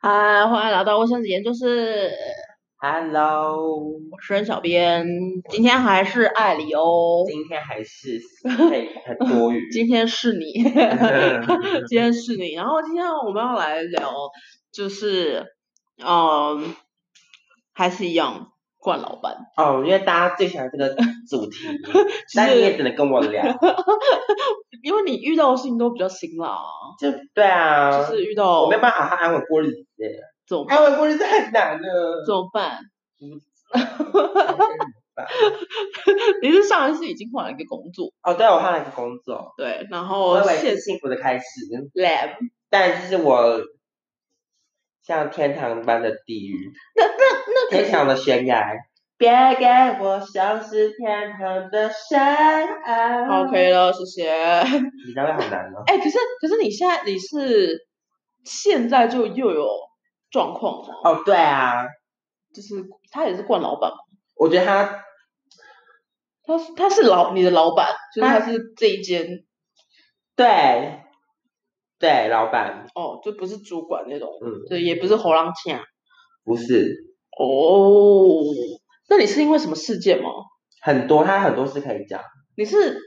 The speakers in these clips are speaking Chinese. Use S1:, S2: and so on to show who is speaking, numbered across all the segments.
S1: 嗨，欢迎来到卫生纸研究室，
S2: Hello，
S1: 我是任小编。今天还是艾里哦，
S2: 今天还是很 很多雨。
S1: 今天是 你，今天是你。然后今天我们要来聊，就是，嗯，还是一样，冠老板。，
S2: 哦，因为大家最喜欢这个主题 但
S1: 是
S2: 你也只能跟我 聊。
S1: 因为你遇到的事情都比较辛辣啊，
S2: 就对啊，
S1: 就是遇到
S2: 我没有办法好好安稳过日子，
S1: 怎么
S2: 安稳过日子很难的。
S1: 怎么办？
S2: 吧
S1: 你是上一次已经换了一个工作，
S2: 哦，对，我换了一个工作，
S1: 对，然
S2: 我
S1: 后
S2: 以为
S1: 现
S2: 是幸福的开始，
S1: lab
S2: 但是我像天堂般的 地狱，
S1: 那
S2: 天
S1: 个
S2: 堂的悬崖。别给我像是天堂的山
S1: 好
S2: 啊
S1: OK 了，谢谢。
S2: 你知道好难哦。
S1: 哎、可是可是你现在你是现在就又有状况吗？
S2: 哦，对啊，
S1: 就是他也是惯老板吗，
S2: 我觉得他
S1: 他是他是老你的老板，就是他
S2: 他
S1: 是这一间
S2: 对对，老板
S1: 哦，就不是主管那种，
S2: 嗯
S1: 对，也不是侯浪倩
S2: 不是
S1: 啊哦。那你是因为什么事件吗？
S2: 很多，他很多事可以讲。
S1: 你是？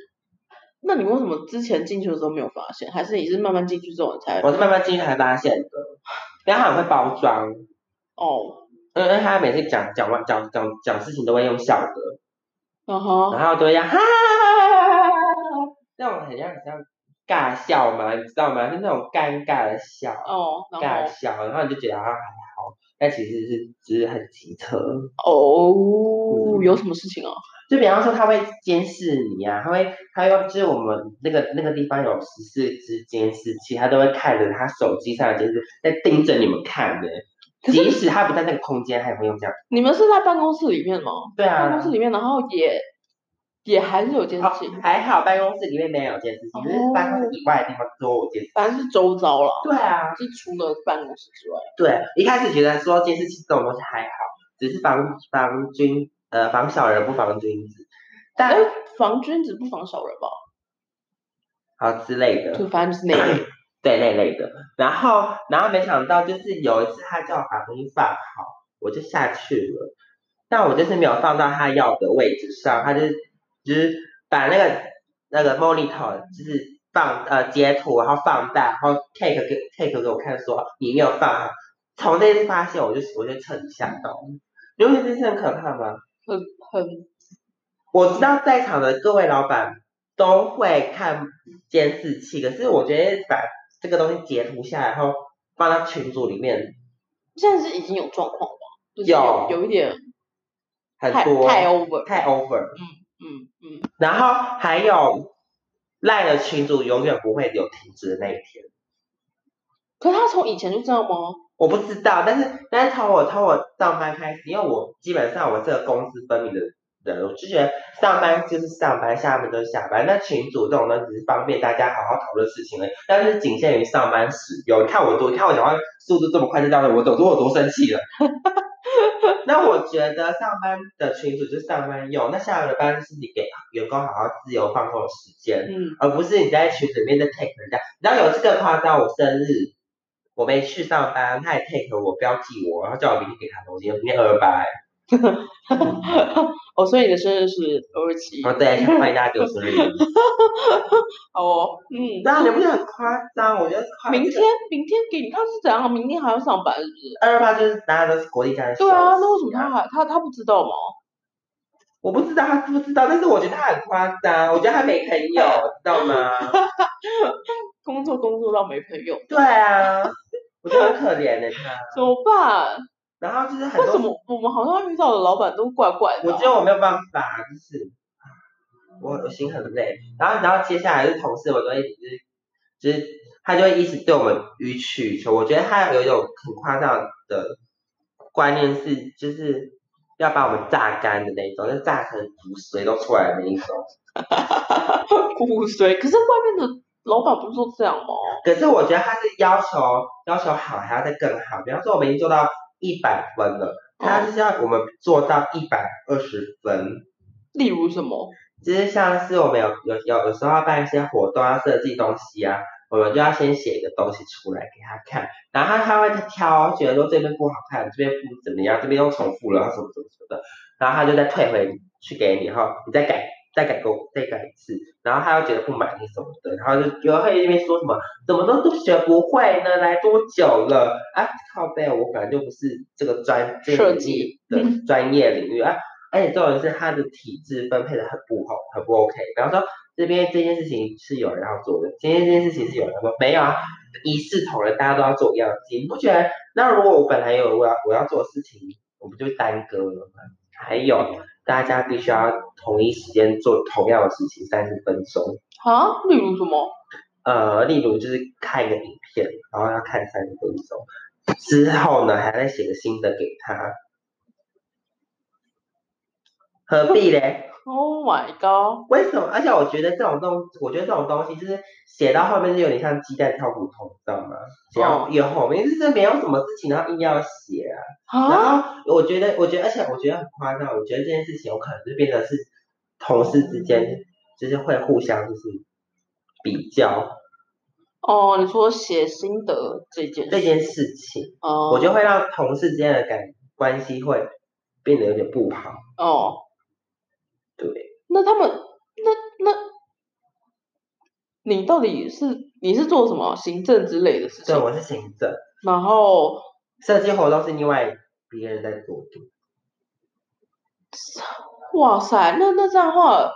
S1: 那你为什么之前进去的时候没有发现？还是你是慢慢进去之后你才
S2: 我是慢慢进去才发现的，但他很会包装，
S1: 哦？
S2: 因为他每次讲讲完讲讲讲事情都会用笑的，
S1: 然后
S2: 然后都会这样哈哈哈哈哈哈，那种很像很像尬笑嘛，你知道吗？是那种尴尬的笑，
S1: 哦，然
S2: 尬
S1: 后
S2: 笑，然后你就觉得啊还好，但其实是只是很奇特。
S1: 哦，有什么事情啊？
S2: 就比方说他会监视你啊，他会他要就是我们那个那个地方有十四只监视器，他都会看着他手机上的监视，在盯着你们看的、
S1: 可是
S2: 即使他不在那个空间，他也会用这样。
S1: 你们是在办公室里面吗？
S2: 对
S1: 办
S2: 啊
S1: 公，室里面，然后也也还是有监视器，
S2: 哦还好办公室里面没有监视器，就是
S1: 哦
S2: 办公室以外的地方都有监视器。
S1: 反正是周遭啦，
S2: 对啊，
S1: 是除了办公室之外。
S2: 对，啊一开始觉得说监视器这种东西还好，只是防防君呃防小人不防君子，
S1: 哎
S2: 但，
S1: 防君子不防小人吧？
S2: 好之类的。
S1: 就反正就是那个。
S2: 对那类的。然后，然后没想到就是有一次他叫我把东西放好，我就下去了，但我就是没有放到他要的位置上，他就就是把那个那个 monitor 就是放呃截图，然后放大，然后 take 给 take 给我看说你没有放好。从这次发现，我就我就彻底吓到了，你不觉得这是很可怕吗？
S1: 很
S2: 我知道在场的各位老板都会看监视器，可是我觉得把这个东西截图下来，然后放到群组里面
S1: 现在是已经有状况了吧？就是有
S2: 有
S1: 有一点
S2: 很
S1: 太
S2: 多
S1: 太 over，
S2: 太 over，
S1: 嗯嗯，
S2: 然后还有赖的群组永远不会有停止的那一天，
S1: 可是他从以前就这样吗？
S2: 我不知道，但是但是从我从我上班开始，因为我基本上我是个公私分明的人，我就觉得上班就是上班，下班就是下班。那群组这种呢，只是方便大家好好讨论事情而已，但是仅限于上班使用。你看我多，你看我讲话速度这么快，就知道我多多我多生气了。 那我觉得上班的群组就是上班用，那下了班就是你给员工好好自由放空的时间。
S1: 嗯，
S2: 而不是你在群里面在 take 人家。你知道有一次更夸张，我生日我没去上班，他也 take 我标记我，然后叫我明天给他东西，明天二八。
S1: 哦，所以你的生日是二七，
S2: 然后哦对，欢迎大家给我生日礼物。
S1: 好哦，嗯，
S2: 那你不是很夸张？我觉得夸
S1: 明天明天给你，他是怎样啊？明天还要上班是不是？
S2: 二八就是大家都是国际家人。
S1: 对啊，那为什么他？还他他不知道吗？
S2: 我不知道他知不知道，但是我觉得他很夸张，我觉得他没朋友，知道 吗？
S1: 工作工作到没朋友，
S2: 对啊，我觉得很可怜的、他。
S1: 怎么办？
S2: 然后就是很
S1: 为什
S2: 多，
S1: 么我们好像遇到的老板都怪怪的
S2: 我
S1: 啊、
S2: 觉得我没有办法，就是我我心很累。然后然后接下来就是同事，我都一直就是就是他就会一直对我们予取予求。我觉得他有一种很夸张的观念是，就是要把我们榨干的那种，就榨成骨髓都出来的那一种。
S1: 骨髓。可是外面的老板不是都这样吗？
S2: 可是我觉得他是要求要求好，还要再更好。比方说我们已经做到一百分了，他就是要我们做到一百二十分。
S1: 例如什么？
S2: 就是像是我们有有有有时候要办一些活动，要设计东西啊，我们就要先写一个东西出来给他看，然后他他会挑，觉得说这边不好看，这边不怎么样，这边又重复了，然后什么什么什么的，然后他就再退回去给你，然后你再改。再改过，再改一次，然后他又觉得不满意什么的，然后就又会那边说什么怎么都都学不会呢？来多久了？啊，靠背，我本来就不是这个专这个
S1: 设
S2: 领
S1: 计
S2: 域 的专业领域啊，而且重点是他的体制分配的很不好，很不 OK。比方说这边这件事情是有人要做的，今天这件事情是有人要做，没有啊，一视同仁，大家都要做一样的事情，你不觉得？那如果我本来有我要我要做的事情，我不就耽搁了吗？还有。大家必须要同一时间做同样的事情三十分钟。
S1: 啊，例如什么？
S2: 呃，例如就是看一个影片，然后要看三十分钟，之后呢还再写个新的给他，何必嘞？
S1: Oh my god！
S2: 为什么？而且我觉得这种东，我觉得这种东西就是写到后面就有点像鸡蛋跳骨头，你知道吗？写
S1: 哦
S2: 到越后面就是没有什么事情，然后硬要写啊。
S1: 啊，
S2: 然后我觉得，我觉得，而且我觉得很夸张，我觉得这件事情有可能就变成是同事之间就是会互相就是比较
S1: 哦，你说写心得这件
S2: 这
S1: 事，
S2: 件事情，
S1: 哦，
S2: 我觉得会让同事之间的感关系会变得有点不好。
S1: 哦，
S2: 对，
S1: 那他们，那那，你到底是你是做什么行政之类的事
S2: 对，
S1: 情？
S2: 我是行政，
S1: 然后
S2: 设计活动是另外别人在做的。
S1: 哇塞，那那这样的话，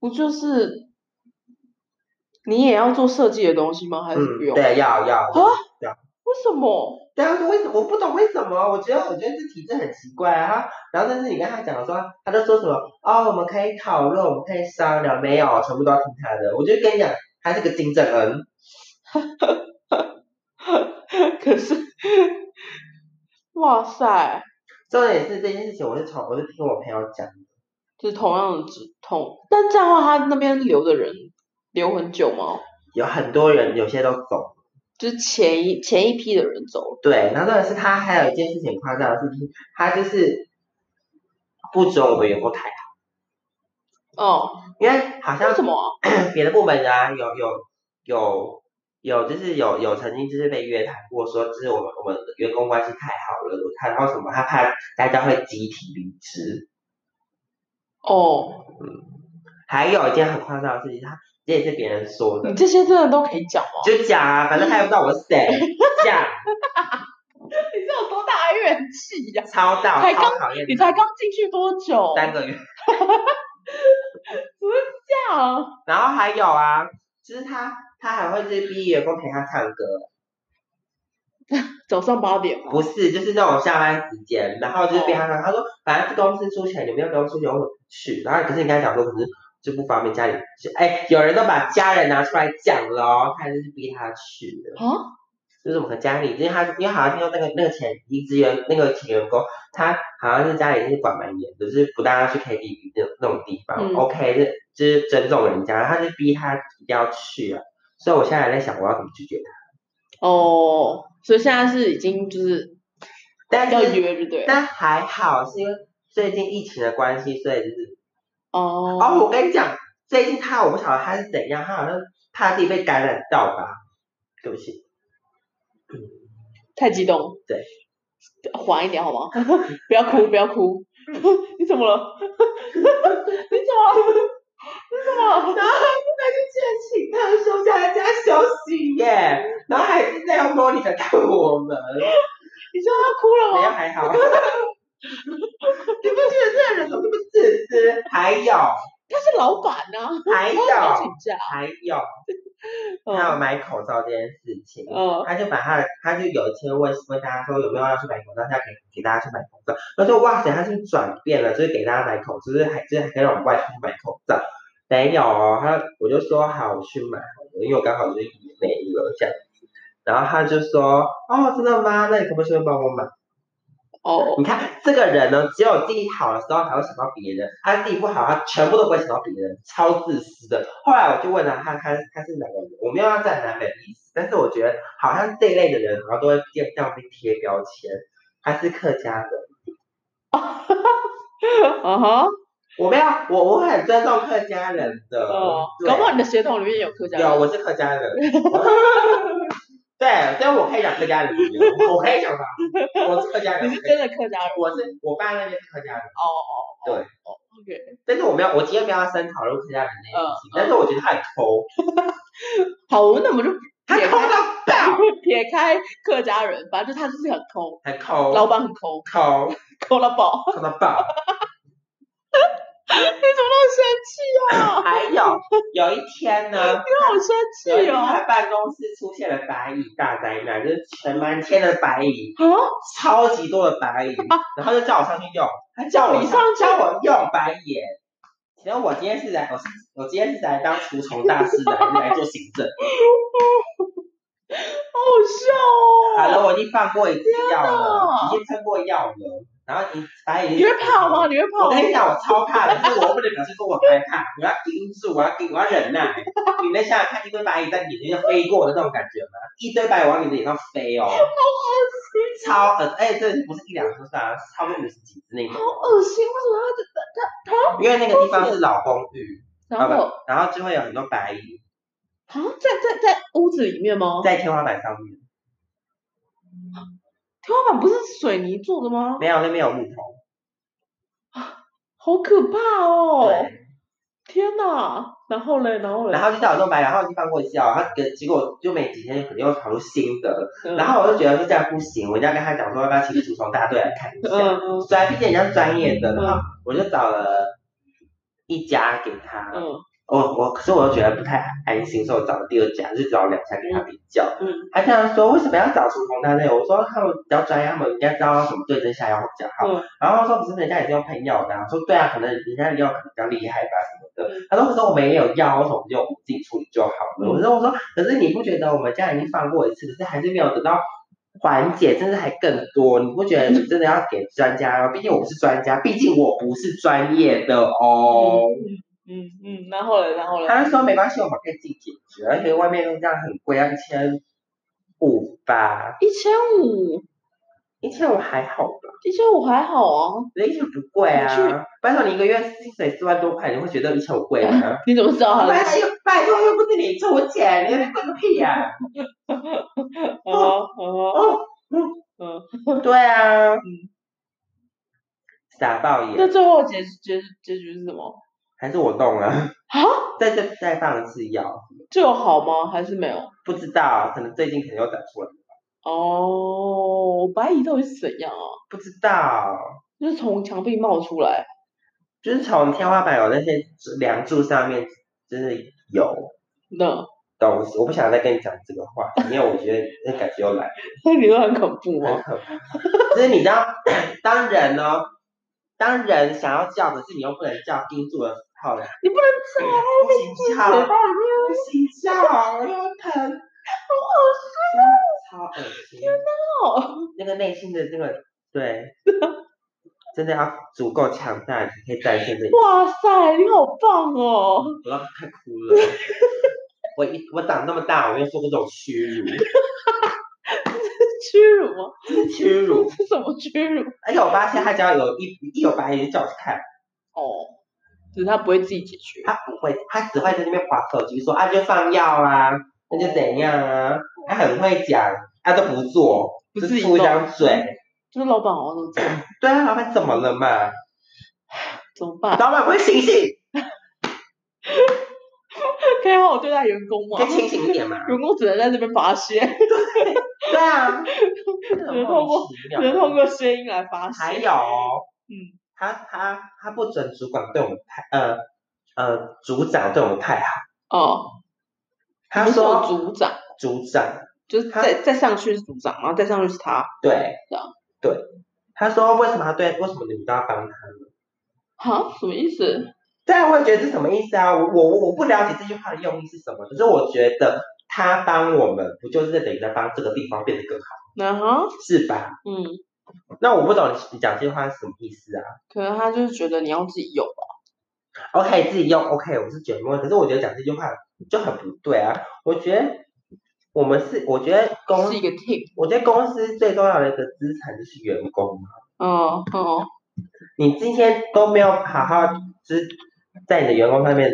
S1: 不就是你也要做设计的东西吗？还是不
S2: 嗯，
S1: 用？
S2: 对，要要。
S1: 啊为什么？
S2: 对啊，为什我不懂为什么？我觉得我觉得这体制很奇怪啊。然后但是你跟他讲的时候，他就说什么哦，我们可以讨论，我们可以商量，没有，全部都要听他的。我就跟你讲，他是个金正恩，
S1: 可是，哇塞，
S2: 重点是这件事情，我是从我是听我朋友讲，
S1: 就是同样的止痛，但这样的话，他那边留的人留很久吗？
S2: 有很多人有些都走了
S1: 就是前一前一批的人走了，
S2: 对，然后重点是他还有一件事情很夸张的事情，他就是不准我们员工抬
S1: 哦，
S2: 头，因为好像
S1: 为什么啊、
S2: 别的部门啊，有有有有，就是有有曾经就是被约谈过，说就是我们我们员工关系太好了，他然后什么，他怕大家会集体离职。
S1: 哦，
S2: 还有一件很夸张的事情，他这也是别人说的
S1: 你，这些真的都可以讲吗？
S2: 就讲啊，反正他也不知道我是谁，讲
S1: 你这有多大的怨气呀、
S2: 超到
S1: 才
S2: 超讨厌
S1: 你
S2: 他，
S1: 才刚进去多久？
S2: 嗯三个月。
S1: 这样
S2: 然后还有啊，就是他他还会就是逼员工陪他唱歌，
S1: 早上八点吗？
S2: 不是，呃就是那种下班时间，然后就是被他说，他说反正是公司出钱，你们要不要出钱，我不去。然后可是你跟他讲说，可是就不方便家里去，哎，有人都把家人拿出来讲了哦，他就是逼他去的，
S1: 啊，
S2: 就是我们家里，因为他因为好像听呃说那个那个前离职员那个前员工，他好像是家里是管蛮严的，就是不让他去 KTV 那种那种地方、
S1: 嗯
S2: o k 是就是尊重人家，他就逼他一定要去啊。所以我现在还在想我要怎么拒绝他，
S1: 哦，所以现在是已经就是
S2: 但
S1: 要
S2: 是
S1: 约，对不对？
S2: 但还好，是因为最近疫情的关系，所以就是
S1: 哦
S2: 哦，我跟你讲，最近他我不晓得他是怎样，他好像怕自己被感染到吧？对不起，
S1: 太激动。
S2: 对，
S1: 缓一点好吗？ 不要哭，不要哭。
S2: 嗯
S1: 你怎么了？ 你怎么了？你怎么了？
S2: 然后他就竟然请他休假在家休息耶，然后还是在用玻璃在看我们，
S1: 你知道他哭
S2: 没有
S1: 了吗？
S2: 还好。你不觉得这个人怎么这么自私？还有，
S1: 他是老板呐、啊，
S2: 还有，
S1: 他要请假。
S2: 还有，还有
S1: 嗯
S2: 买口罩这件事情，
S1: 嗯
S2: 他就把他的，他就有一天问问大家说有没有要去买口罩，他给给大家去买口罩。他说哇塞，他是不是转变了，就是给大家买口罩，就是还就是还可以让我们外出去买口罩。没有哦，他我就说好，我去买好了，因为我刚好就是没了这样子。然后他就说哦，真的吗？那你可不可以帮我买？
S1: 哦
S2: 你看这个人呢，只有自己好的时候才会想到别人，他自己不好，他全部都不会想到别人，超自私的。后来我就问了他，他他是哪个人？我没有要站南北的意思，但是我觉得好像这一类的人，好像都会这样被贴标签。他是客家人，
S1: 啊哈，
S2: 我没有，我我很尊重客家人的。
S1: 哦，
S2: 对
S1: 搞不好你的血统里面有客家人。
S2: 有，我是客家人。对，所以我可以讲客家人，我可以讲吧，我是客家人
S1: 你，是真的客家人
S2: 我是我爸那边是客家人，
S1: 哦哦。哦
S2: 对
S1: 哦，OK。
S2: 但是我没有，我今天没有要深讨论客家人这
S1: 嗯
S2: 件事情，但是我觉得他很抠，
S1: 好，我那我们就
S2: 他
S1: 撇
S2: 抠
S1: 开
S2: 到爆，
S1: 撇开客家人，反正就他就是很抠，
S2: 很抠，
S1: 老板很抠，
S2: 抠
S1: 抠到爆。
S2: 抠到爆。
S1: 你怎么那么生气啊？
S2: 还有有一天呢，
S1: 你好生
S2: 有
S1: 气
S2: 一天
S1: 哦！
S2: 他办公室出现了白蚁大灾难，就是全满天的白蚁，
S1: 啊，
S2: 超级多 的白蚁，然后就叫我上去用，他叫我
S1: 你上去
S2: 叫我用白眼。其实我今天是来，我是我今天是来当除虫大师的，还是来做行 政？
S1: 好
S2: 好
S1: 笑哦！
S2: 了，我已经放过一次药了，
S1: 天哪
S2: 已经喷过药了，然后你白蚁，
S1: 你会怕吗？？你会怕
S2: 我
S1: 吗
S2: 跟？你讲，我超怕的，所以我不能表示说我害怕，我要盯住，我要盯，我要忍耐。你能想想看，一堆白蚁在你脸上飞过的那种感觉吗？一堆白蚁往你的脸上飞哦，超恶哎、这不是一两只啊，是差不多五十几只那种
S1: 好，恶心！为什么要他他
S2: 因为那个地方是老公寓，
S1: 他？然后
S2: 好吧然后就会有很多白蚁
S1: 啊，在在在屋子里面吗？
S2: 在天花板上面，
S1: 天花板不是水泥做的吗？
S2: 没有那边有木头，
S1: 好可怕哦！
S2: 对，
S1: 天哪！然后嘞，然后嘞，
S2: 然后就叫我弄白蚁，然后就放过一哦笑，然后结果就没几天可能又跑出新的，
S1: 嗯
S2: 然后我就觉得说这样不行，我一定要跟他讲说要不要请除虫大队来看一下。
S1: 嗯嗯
S2: 虽然毕竟人家是专业的，
S1: 嗯
S2: 然后我就找了一家给他，
S1: 嗯
S2: 我哦我可是我又觉得不太安心，所以我找了第二家，就找了两家给他比较。
S1: 嗯
S2: 他这样说，为什么要找除虫大队？我说他们比较专业，他们应该知道什么对症下药会比较好。
S1: 嗯
S2: 然后他说不是人家也是用喷药的、啊，我说对啊，可能人家的药可能比较厉害吧什么的
S1: 嗯。
S2: 他说可是我们也有药，为什么不就我们自己处理就好了？
S1: 嗯
S2: 我说我说可是你不觉得我们家已经放过一次，可是还是没有得到缓解，甚至还更多，你不觉得你真的要给专家吗？毕竟我不是专家，毕竟我不是专业的哦。
S1: 嗯嗯，然后嘞，然后嘞，
S2: 他就说没关系，我们可以自己解决，而且外面都这样很贵，要一千五吧，
S1: 一千五，
S2: 一千五还好吧。
S1: 一千五还好啊。
S2: 一千不贵
S1: 你去
S2: 啊，拜托你一个月薪水四万多块，你会觉得一千五贵啊 吗？
S1: 你怎么知道他
S2: 拜
S1: 的？
S2: 托，拜托，又不是你出钱，你那贵个屁呀、
S1: 哦哦
S2: 哦，
S1: 嗯，
S2: 对啊，
S1: 嗯
S2: 傻爆
S1: 那
S2: 眼，
S1: 最后结结结局是什么？
S2: 还是我动了，
S1: 啊，
S2: 在这再放一次药，
S1: 这有好吗？还是没有？
S2: 不知道，可能最近可能又长出来，
S1: 哦，白蚁到底是怎样啊？
S2: 不知道，
S1: 就是从墙壁冒出来，
S2: 就是从天花板有那些梁柱上面，就是有
S1: 那
S2: 东西，我不想再跟你讲这个话，因为我觉得那感觉又来了。
S1: 那你都很恐怖吗？
S2: 就是你知道，当人呢，当人想要叫，可是你又不能叫，盯住了好了，
S1: 你不
S2: 不
S1: 能
S2: 行
S1: 这样，嘴
S2: 叫，
S1: 巴里面
S2: 不行叫，我要疼，
S1: 好哦
S2: 超恶心，
S1: 恶心哦。
S2: 那个内心的那个 对，真的要足够强大，你可以 战胜这一切。
S1: 哇塞，你好棒哦！
S2: 我要快哭了。 我一我长这么大，我没有受过这种屈辱，
S1: 屈辱吗？
S2: 屈辱。
S1: 这什么屈辱？
S2: 而且我发现他只要有一一有白眼就叫我去看，
S1: 哦，只是他不会自己解决。
S2: 他不会，他只会在那边划手机说啊就放药啊，那就怎样啊，他很会讲，他都不做，
S1: 不
S2: 就
S1: 自己
S2: 出一
S1: 动
S2: 张嘴。
S1: 就是老板好像都这样，
S2: 对啊，老板怎么了嘛？
S1: 怎么办？
S2: 老板不会醒醒，
S1: 可以好好对待员工吗
S2: 可？以清醒一 点嘛？
S1: 员工只能在这边发泄，
S2: 对啊，
S1: 能透过只能通过声音来发泄。
S2: 还有，哦
S1: 嗯，
S2: 他他他不准主管对我们太呃呃组长对我们太好，
S1: 哦，
S2: 他
S1: 不是有
S2: 说
S1: 组长，
S2: 组长
S1: 就是
S2: 他
S1: 再再上去是组长，然后再上去是他。
S2: 对
S1: 这样
S2: 对，他说为什么他对为什么你们都要帮他？
S1: 哈，什么意思？
S2: 但我也觉得是什么意思啊？我我我不了解这句话的用意是什么，可是我觉得他帮我们，不就是等于在帮这个地方变得更好，
S1: 那哈，
S2: 是吧？
S1: 嗯，
S2: 那我不懂你你讲这句话是什么意思啊
S1: 可能他就是觉得你要自己用吧。
S2: ？OK，自己用 OK，我是觉得没问题，可是我觉得讲这句话就很不对啊。我觉得我们是，我觉得公
S1: 是，一个 team。
S2: 我觉得公司最重要的一个资产就是员工嘛。
S1: 哦哦，
S2: 你今天都没有好好知在你的员工上面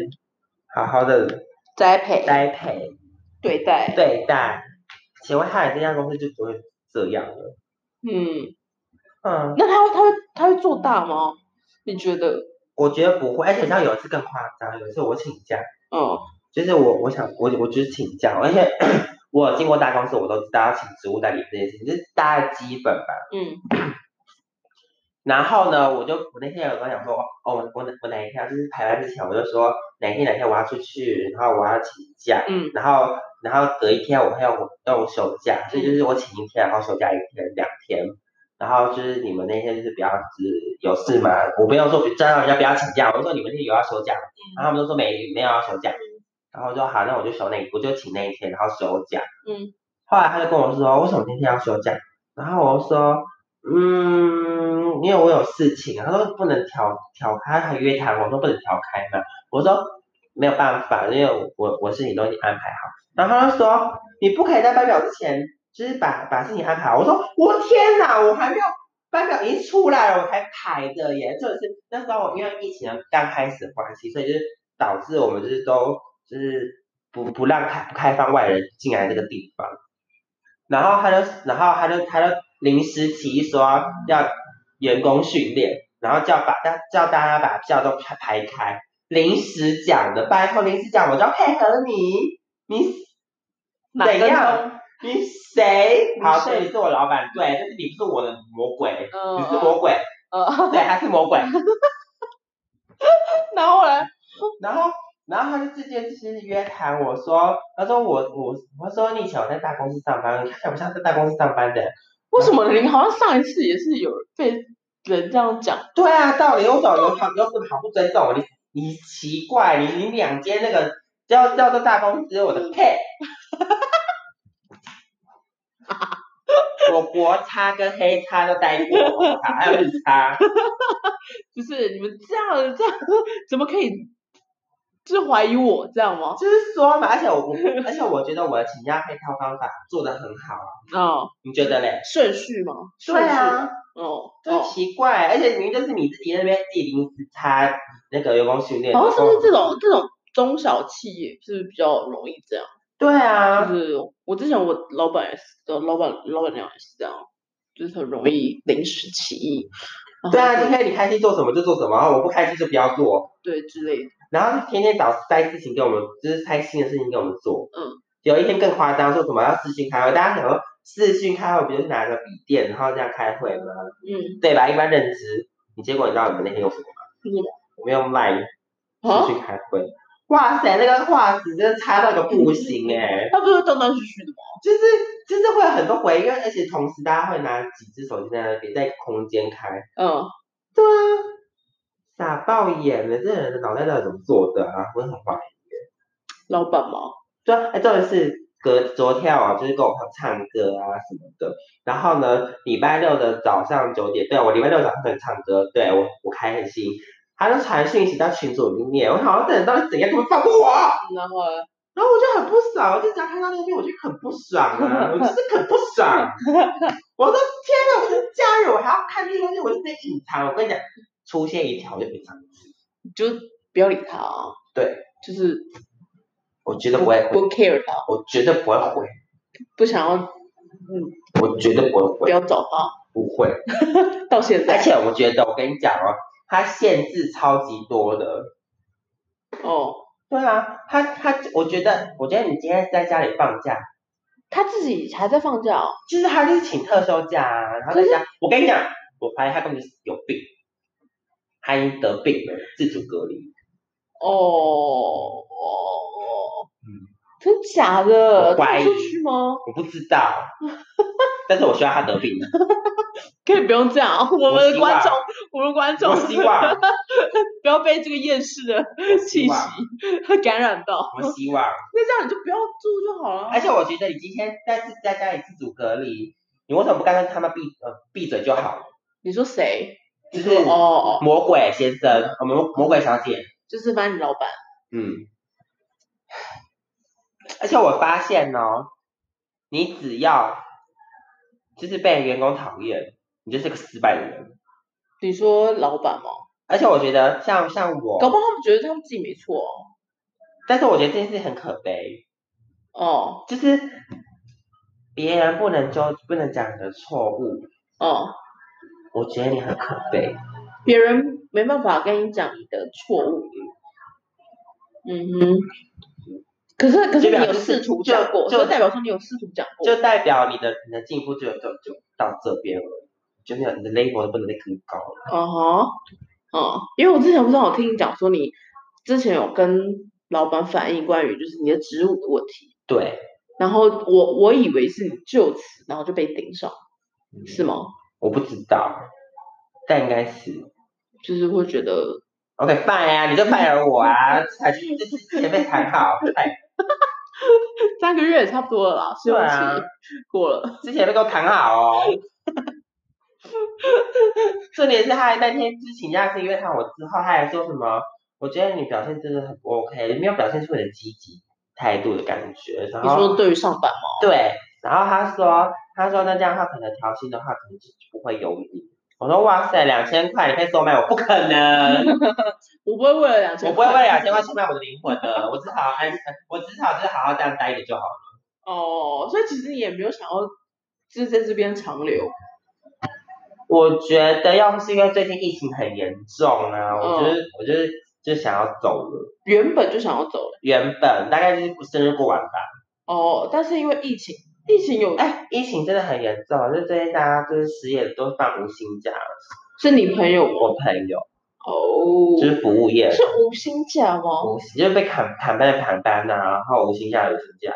S2: 好好的
S1: 栽培
S2: 栽培
S1: 对待，
S2: 对待，请问他来这家公司就不会这样了。
S1: 嗯，
S2: 嗯，
S1: 那他会他会他会做大吗？你觉得？
S2: 我觉得不会，而且像有一次更夸张，有一次我请假，
S1: 嗯
S2: 就是我我想我我就是请假，而且 我有经过大公司，我都知道要请职务代理这件事情，这是大家的基本吧。
S1: 嗯
S2: 然后呢，我就我那天有跟他讲说，哦，我我哪我哪一天啊就是排班之前，我就说哪一天哪一天我要出去，然后我要请假，
S1: 嗯
S2: 然后然后隔一天我还要我要我休假，所以就是我请一天，然后休假一天两天，然后就是你们那天就是不要就是有事嘛，我没有说叫人家不要请假，我就说你们那天有要休假吗，然后他们都说没没有要休假，然后我就好，那我就休那我就请那一天，然后休假，
S1: 嗯
S2: 后来他就跟我说，为什么今天要休假？然后我就说，嗯，因为我有事情。啊他说不能调调开，还约谈我说不能调开嘛。我说没有办法，因为我我我事情都已经安排好。然后他就说，你不可以在班表之前，就是把把事情安排好。我说我天哪，我还没有班表已经出来了，我才排的耶。就是那时候我因为疫情刚开始的关系，所以就是导致我们就是都就是不不让开不开放外人进来这个地方。然后他就，然后他就，他就临时起意说要员工训练，然后叫把大叫大家把票都排排开，临时讲的，拜托临时讲，我就要配合你，你
S1: 哪
S2: 怎
S1: 根
S2: 样？你谁？好，
S1: 你
S2: 对，
S1: 谁
S2: 你是我老板，对，但是你不是我的魔鬼，
S1: 嗯
S2: 你是魔鬼，
S1: 呃，
S2: 对，他是魔鬼。
S1: 然后嘞，
S2: 然后，然后他就这件事情约谈我说，他说我我我说你以前我在大公司上班，你看起来不像在大公司上班的。
S1: 为什么你好像上一次也是有被人这样讲？
S2: 对啊，道理我找有好有什么好不尊重？你你奇怪，你你两间那个叫叫做大公司，我的配。我国差跟黑差都待过，我靠还有日差，
S1: 就是你们这样这样， 怎么可以就是怀疑我这样吗？
S2: 就是说嘛，而且 我我而且我觉得我的请假配套方法做的很好啊，
S1: 哦，
S2: 你觉得嘞？
S1: 顺序吗？顺
S2: 对
S1: 序，
S2: 啊，
S1: 哦，
S2: 就
S1: 哦，
S2: 奇怪，而且明明就是你自己在那边自己临时插那个员工训练，
S1: 好像是不是这
S2: 然
S1: 种
S2: 后？
S1: 这种中小企业是不是比较容易这样？
S2: 对啊，
S1: 就是我之前我老板也是，呃老板老板娘也是这样，就是很容易临时起意。然后
S2: 对啊，
S1: 就
S2: 今天你开心做什么就做什么，然后我不开心就不要做。
S1: 对之类的，
S2: 然后就天天找塞事情给我们，就是塞新的事情给我们做。
S1: 嗯，
S2: 有一天更夸张，说什么要视讯开会，大家想说视讯开会不就是拿着笔电然后这样开会吗？
S1: 嗯，
S2: 对吧？一般认知，你结果你知道我们那天用什么吗？
S1: 是什么
S2: 我们用 Line
S1: 啊
S2: 视讯开会。哇塞，那个画质真的差到一个不行哎、
S1: 他不是断断续续的吗？
S2: 就是就是会有很多回音，因为而且同时大家会拿几只手机在那边在空间开，
S1: 嗯，
S2: 对啊，傻爆眼了，这人的脑袋到底怎么做的啊？我也很怀疑。
S1: 老板嘛，
S2: 对啊，哎，重点是隔昨天啊，就是跟我朋友唱歌啊什么的。然后呢，礼拜六的早上九点，对啊我礼拜六早上可以唱歌，对我我开很心。他就传讯息到群组里面，我好像等到底怎样，他们放过我。
S1: 然后嘞
S2: 然后我就很不爽，我就只要看到那边，我就很不爽啊，我就是很不爽。我说天哪，我是家人，我还要看这些东西，我就在隐藏。我跟你讲，出现一条就隐藏，
S1: 你就不要理他、啊，
S2: 对，
S1: 就是
S2: 我绝对不会回，
S1: 不 care 他，
S2: 我绝对不会回，
S1: 不想要，嗯，
S2: 我绝对不会
S1: 不
S2: 回，
S1: 要找他，
S2: 不会。
S1: 到现
S2: 而
S1: 在
S2: 且我觉得，我跟你讲哦，它限制超级多的。
S1: 哦，
S2: 对啊，他他，我觉得，我觉得你今天是在家里放假，
S1: 他自己还在放假、哦，
S2: 就是他就是请特休假啊，然后在家。我跟你讲，我怀疑他根本就是有病，他已经得病了，自主隔离。
S1: 哦，
S2: 嗯
S1: 真假的？
S2: 我怀
S1: 他
S2: 疑
S1: 有出去吗？
S2: 我不知 道，但是我希望他得病。
S1: 可以不用这样啊，我
S2: 我
S1: 们的
S2: 希
S1: 观
S2: 望
S1: 众，我们观众
S2: 我，希望，
S1: 不要被这个厌世的
S2: 我
S1: 气
S2: 希望，
S1: 息感染到。
S2: 我希望。
S1: 那这样你就不要住就好了。
S2: 而且我觉得你今天在自在家里自主隔离，你为什么不干脆他妈闭呃闭嘴就好了？
S1: 你说谁？
S2: 就
S1: 你
S2: 是
S1: 说哦哦，
S2: 魔鬼先生，我们魔鬼小姐。
S1: 就是反正你老板，
S2: 嗯，而且我发现哦，你只要就是被员工讨厌，你就是个失败的人。
S1: 你说老板吗？
S2: 而且我觉得像像我，
S1: 搞不好他们觉得他们自己没错哦。
S2: 但是我觉得这件事很可悲，
S1: 哦
S2: 就是别人不能纠不能讲你的错误，
S1: 哦，
S2: 我觉得你很可悲。
S1: 别人没办法跟你讲你的错误。嗯哼。可是可是
S2: 就
S1: 你
S2: 表
S1: 有
S2: 示
S1: 试图
S2: 就
S1: 讲过，
S2: 就
S1: 所以代表说你有试图讲过。
S2: 就代表你的你的进步就就就到这边了，就那个你的 level 不能再更高了。
S1: 哦哈，嗯，因为我之前不是有听你讲说你之前有跟老板反映关于就是你的职务的问题，
S2: 对，
S1: 然后我我以为是你就此然后就被盯上，是吗？
S2: 我不知道，但应该是。
S1: 就是会觉得
S2: OK，拜啊，你就拜了我啊，才这这前面谈好，哎拜，
S1: 三个月也差不多了啦，试用
S2: 对
S1: 期
S2: 啊
S1: 过了，
S2: 之前都给我谈好哦。 重点是他还那天之请假是因为看我之后，他还说什么？我觉得你表现真的很不 OK，你没有表现出你的积极态度的感觉。然
S1: 你
S2: 后
S1: 说对于上班吗？
S2: 对，然后他说，他说那这样他可能调薪的话，可能就不会有你。我说哇塞，两千块你可以收买我？不可 能，
S1: 我不会为了两千，
S2: 我不会为两千块收买我的灵魂的，我只好安，我只好就是好好这样待着就好了。
S1: 哦，所以其实你也没有想要就是在这边长留，
S2: 我觉得要不是因为最近疫情很严重啊，我就是、我就是就想要走了。
S1: 原本就想要走了，
S2: 原本大概就是生日过完吧，
S1: 哦，但是因为疫情，疫情有哎，
S2: 哎，疫情真的很严重，啊就最近大家就是失业都放无薪假。
S1: 是你朋友吗？
S2: 我朋友
S1: 哦，
S2: 就是服务业，
S1: 是无薪假吗？
S2: 无薪就是被砍砍班的砍班呐、然后无薪假的无薪假。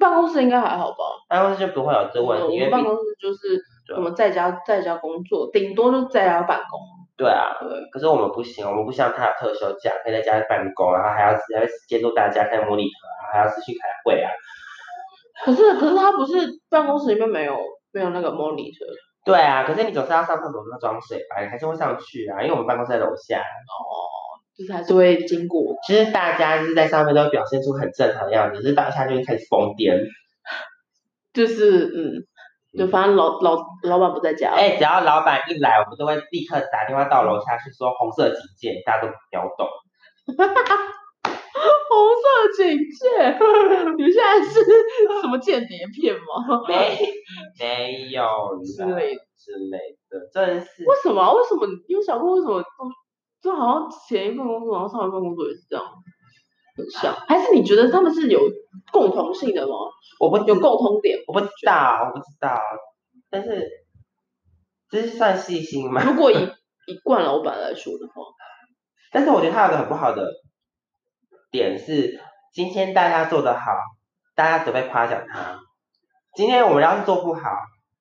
S1: 办公室应该还好吧？
S2: 办公室就不会有这
S1: 嗯我
S2: 问题，因
S1: 们
S2: 为
S1: 办
S2: 毕
S1: 公室就是
S2: 对啊
S1: 我们在家在家工作，顶多就在家办公。
S2: 对啊，
S1: 对，
S2: 可是我们不行，我们不像他有特休假，可以在家办公，然后还要还要监督大家看 monitor 啊，还要出去开会啊。
S1: 可是可是他不是办公室里面没有没有那个 monitor
S2: 对啊，可是你总是要上厕所跟装水吧，你还是会上去啊，因为我们办公室在楼下。
S1: 哦，就是还是会经过。
S2: 其实大家就是在上面都表现出很正常的样子，只是当下就会开始疯癫。
S1: 就是嗯，就反正老老老板不在家，
S2: 哎，只要老板一来，我们都会立刻打电话到楼下去说红色警戒，大家都秒懂。
S1: 红色警戒， 你现在是什么间谍片吗？
S2: 没没有
S1: 之
S2: 啦
S1: 类的。
S2: 之类的，真是
S1: 为什么啊？为什么？你有想过为什么？就好像前一份工作，然后上一份工作也是这样，很像。还是你觉得他们是有共同性的吗？
S2: 我不
S1: 有共通点？
S2: 我不知道，我不知道，但是这是算细心吗？
S1: 如果以 以冠老板来说的话，
S2: 但是我觉得他有个很不好的点是，今天大家做得好，大家只会夸奖他；今天我们要是做不好，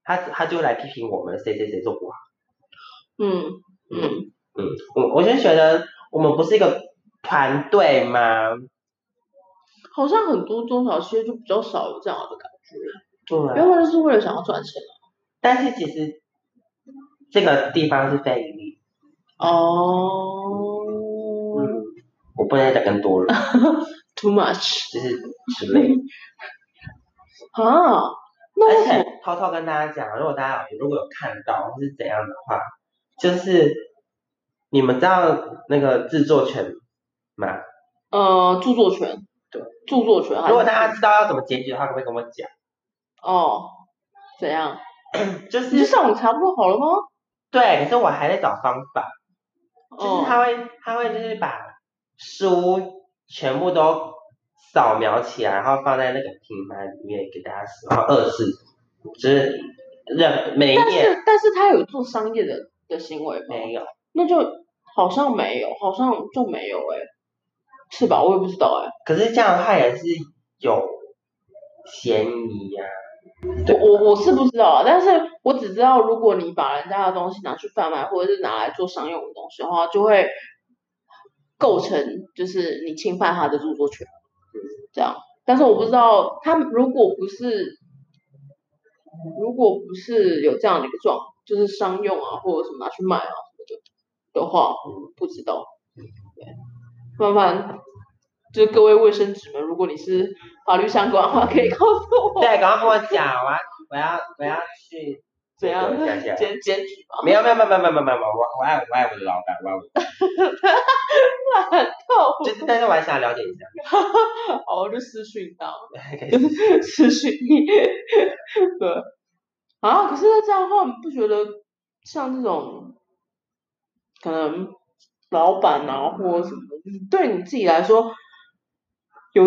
S2: 他他就会来批评我们谁谁谁做不好。
S1: 嗯嗯，
S2: 嗯，我我就觉得我们不是一个团队吗？
S1: 好像很多中小企业就比较少有这样的感觉，
S2: 对啊
S1: 原。本就是为了想要赚钱啊
S2: 但是其实这个地方是非盈利，
S1: 哦、
S2: 嗯，我不能再讲更多了，
S1: t o o much
S2: 就是之类的。
S1: 啊，那
S2: 而
S1: 为什么？
S2: 哎且偷偷跟大家讲，如果大家有如果有看到或是怎样的话，就是你们知道那个制作权吗？
S1: 呃，著作权，
S2: 对，
S1: 著作权还是。
S2: 如果大家知道要怎么结局的话，可不可以跟我讲？
S1: 哦，怎样？
S2: 就
S1: 你就是上网查不就好了吗？
S2: 对，可是我还在找方法，就是
S1: 哦，
S2: 他会他会就是把书全部都扫描起来，然后放在那个平板里面给大家使用，然后二次就是任每一
S1: 但
S2: 页
S1: 是但是他有做商业的的行为吗？
S2: 没有，
S1: 那就好像没有，好像就没有哎、是吧？我也不知道哎、
S2: 可是这样的话也是有嫌疑啊呀、对
S1: 我我我是不知道啊，但是我只知道，如果你把人家的东西拿去贩卖，或者是拿来做商用的东西的话，就会构成就是你侵犯他的著作权，这样。但是我不知道他们如果不是如果不是有这样的一个状，就是商用啊或者什么拿去卖啊什么的的话，我不知道。对麻烦就是各位卫生纸们，如果你是法律相关的话，可以告诉我。
S2: 对，赶快跟我讲，我要我要我要去
S1: 怎样
S2: 对下下？
S1: 检检举吗？
S2: 没有没有没有没有没有没有，我我爱我爱我的老板，我爱我的，
S1: 懒透，
S2: 就是但是我还想了解一下，
S1: 哦，就私讯到， 私讯你， 对，啊，可是这样的话，你不觉得像这种可能老板啊或者什么，你对你自己来说有，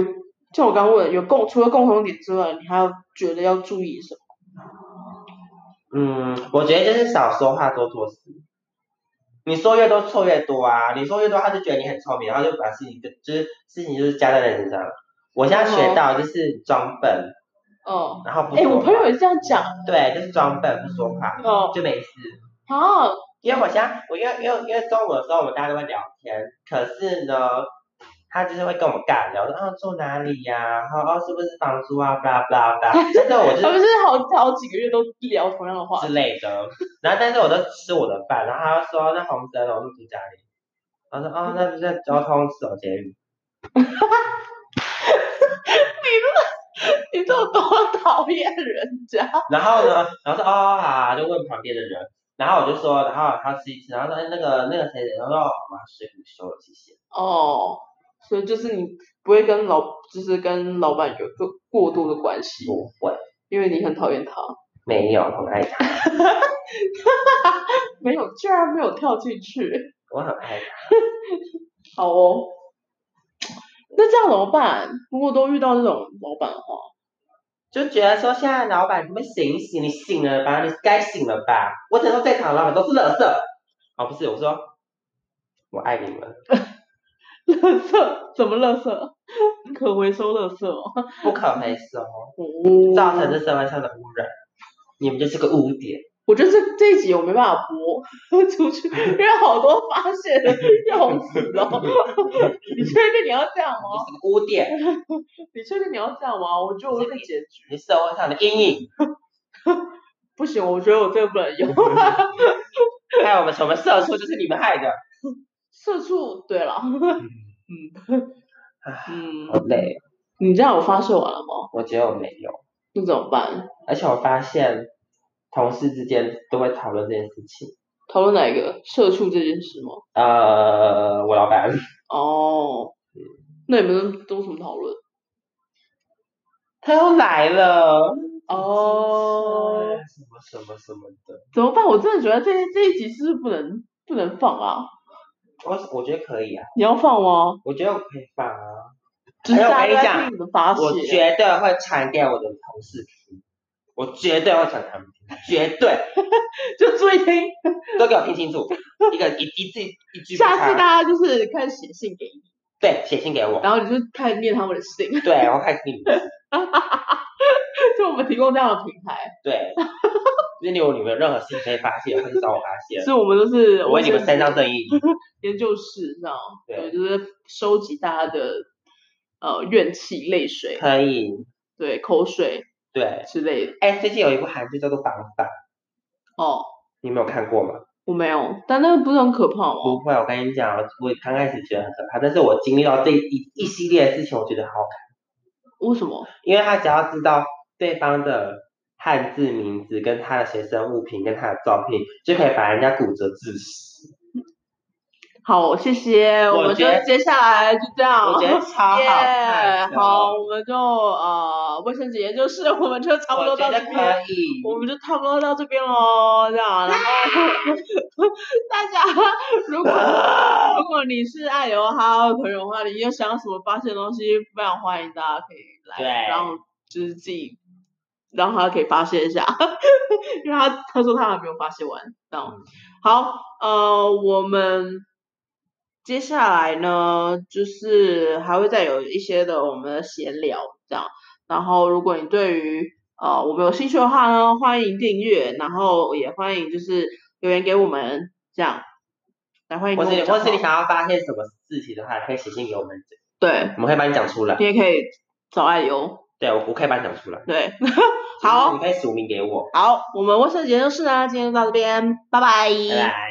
S1: 像我刚刚问的有共除了共同点之外，你还有觉得要注意什么？
S2: 嗯，我觉得就是少说话多做事，你说越多错越多啊，你说越多他就觉得你很聪明，然后就把事情就就是事情就是加在人身上。我现在学到就是装笨，
S1: 哦，
S2: 然后不
S1: 哎，我
S2: 说
S1: 朋
S2: 话，
S1: 友也这样讲，
S2: 对，就是装笨不说话
S1: 哦，
S2: 就没事。
S1: 啊，
S2: 因为我现在我因为因为因为中午的时候我们大家都会聊天，可是呢，他就是会跟我们尬聊，说啊住哪里呀、然后哦是不是房租啊，blah blah blah，但是我就
S1: 他们是好好几个月都聊同样的话
S2: 之类的。然后但是我都吃我的饭，然后他就说那红灯我住家里，然后说哦那那交通是有监狱，
S1: 你这种多 讨厌人家，
S2: 然后呢然后说哦好啊，就问旁边的人，然后我就说然后他吃一吃，然后说哎那个那个谁谁，然后说哦我要水午休了谢谢。
S1: 哦，所以就是你不会跟老，就是跟老板有一个过多的关系，
S2: 不会，
S1: 因为你很讨厌他。
S2: 没有很爱他，
S1: 没有，居然没有跳进去。
S2: 我很爱他。
S1: 好哦，那这样怎么办？如果都遇到这种老板的话，
S2: 就觉得说现在老板你们醒一醒，你醒了吧，你该醒了吧。我只能说在场的老板都是垃圾。哦，不是，我说我爱你们，
S1: 垃圾怎么垃圾？可回收垃圾哦。
S2: 不可回收，
S1: 哦
S2: 造成这社会上的污染，你们就是个污点。
S1: 我觉得这这一集我没办法播出去，因为好多发现的用词哦。 你确定你要这样
S2: 你
S1: 吗？
S2: 是个污点，
S1: 你确定你要这样吗？我觉得我会被检举。
S2: 你是社会上的阴影，
S1: 不行，我觉得我这个不能用。
S2: 害我们什么社畜就是你们害的。
S1: 社畜，对了，
S2: 嗯好
S1: 嗯，
S2: 累，
S1: 你这样我发泄完了吗？
S2: 我觉得我没有，
S1: 那怎么办？
S2: 而且我发现同事之间都会讨论这件事情。
S1: 讨论哪一个社畜这件事吗？
S2: 呃，我老板，
S1: 哦，那你们都什么讨论？
S2: 他又来了。
S1: 哦，
S2: 什么什么什么的。
S1: 怎么办？我真的觉得这这一集是不是不能不能放啊？
S2: 我我觉得可以啊，
S1: 你要放吗？
S2: 我觉得我可以放啊，
S1: 就是
S2: 哎我
S1: 大
S2: 跟你
S1: 家在
S2: 讲
S1: 听你们发
S2: 我
S1: 泄，
S2: 绝对会传给我的同事听，我绝对会传给他们听，绝对
S1: 就注意听。
S2: 都给我 听清楚，一个一一字一句不
S1: 下次
S2: 差，
S1: 大家就是开始写信给你，
S2: 对，写信给我，
S1: 然后你就开始念他们的信，
S2: 对，然后开始给你，
S1: 就我们提供这样的平台，
S2: 对，就是你有你们有任何事情可以发泄，或者找我发泄，
S1: 所以我们都是
S2: 我为你们
S1: 是
S2: 伸张正义，
S1: 研究室，这样对，
S2: 对，
S1: 就是收集大家的呃怨气、泪水、
S2: 可以，
S1: 对口水
S2: 对，
S1: 之类的。
S2: 哎，最近有一部韩剧叫做《绑法》，
S1: 哦，
S2: 你没有看过吗？
S1: 我没有，但那个不是很可怕吗？
S2: 不会，我跟你讲，我刚开始觉得很可怕，但是我经历到这一一系列的事情，我觉得好可怕。
S1: 为什么？
S2: 因为他只要知道对方的汉字名字、跟他的随身物品、跟他的照片，就可以把人家骨折致 死。
S1: 好，谢谢，
S2: 我
S1: 我们就
S2: 觉得
S1: 接下来就这样。
S2: 我觉得超好
S1: 哦耶
S2: 看的，哦
S1: 好，我们就呃，卫生纸研究室， 我们就差不多
S2: 我觉
S1: 到
S2: 得
S1: 这边，
S2: 可以。
S1: 我们就差不多到这边喽，这样。 然后大家 如果如果你是爱刘哈的朋友的话，你有想要什么发现的东西，非常欢迎大家可以
S2: 对
S1: 来，然后就是自己让他可以发泄一下， 因为他他说他还没有发泄完，这样。
S2: 嗯
S1: 好，呃，我们接下来呢，就是还会再有一些的我们的闲聊这样。然后，如果你对于呃我们有兴趣的话呢，欢迎订阅，然后也欢迎就是留言给我们这样。来，欢迎
S2: 或
S1: 跟
S2: 是
S1: 我
S2: 你
S1: 们讲
S2: 或是你
S1: 话。
S2: 想要发现什么事情的话，可以写信给我们，
S1: 对，
S2: 我们会帮你讲出来。
S1: 你也可以找爱油。
S2: 对，我我可以帮你讲出来。
S1: 对，好
S2: 你可以署名给我。
S1: 好，我们卫生节就是呢，今天就到这边，拜拜
S2: 拜拜。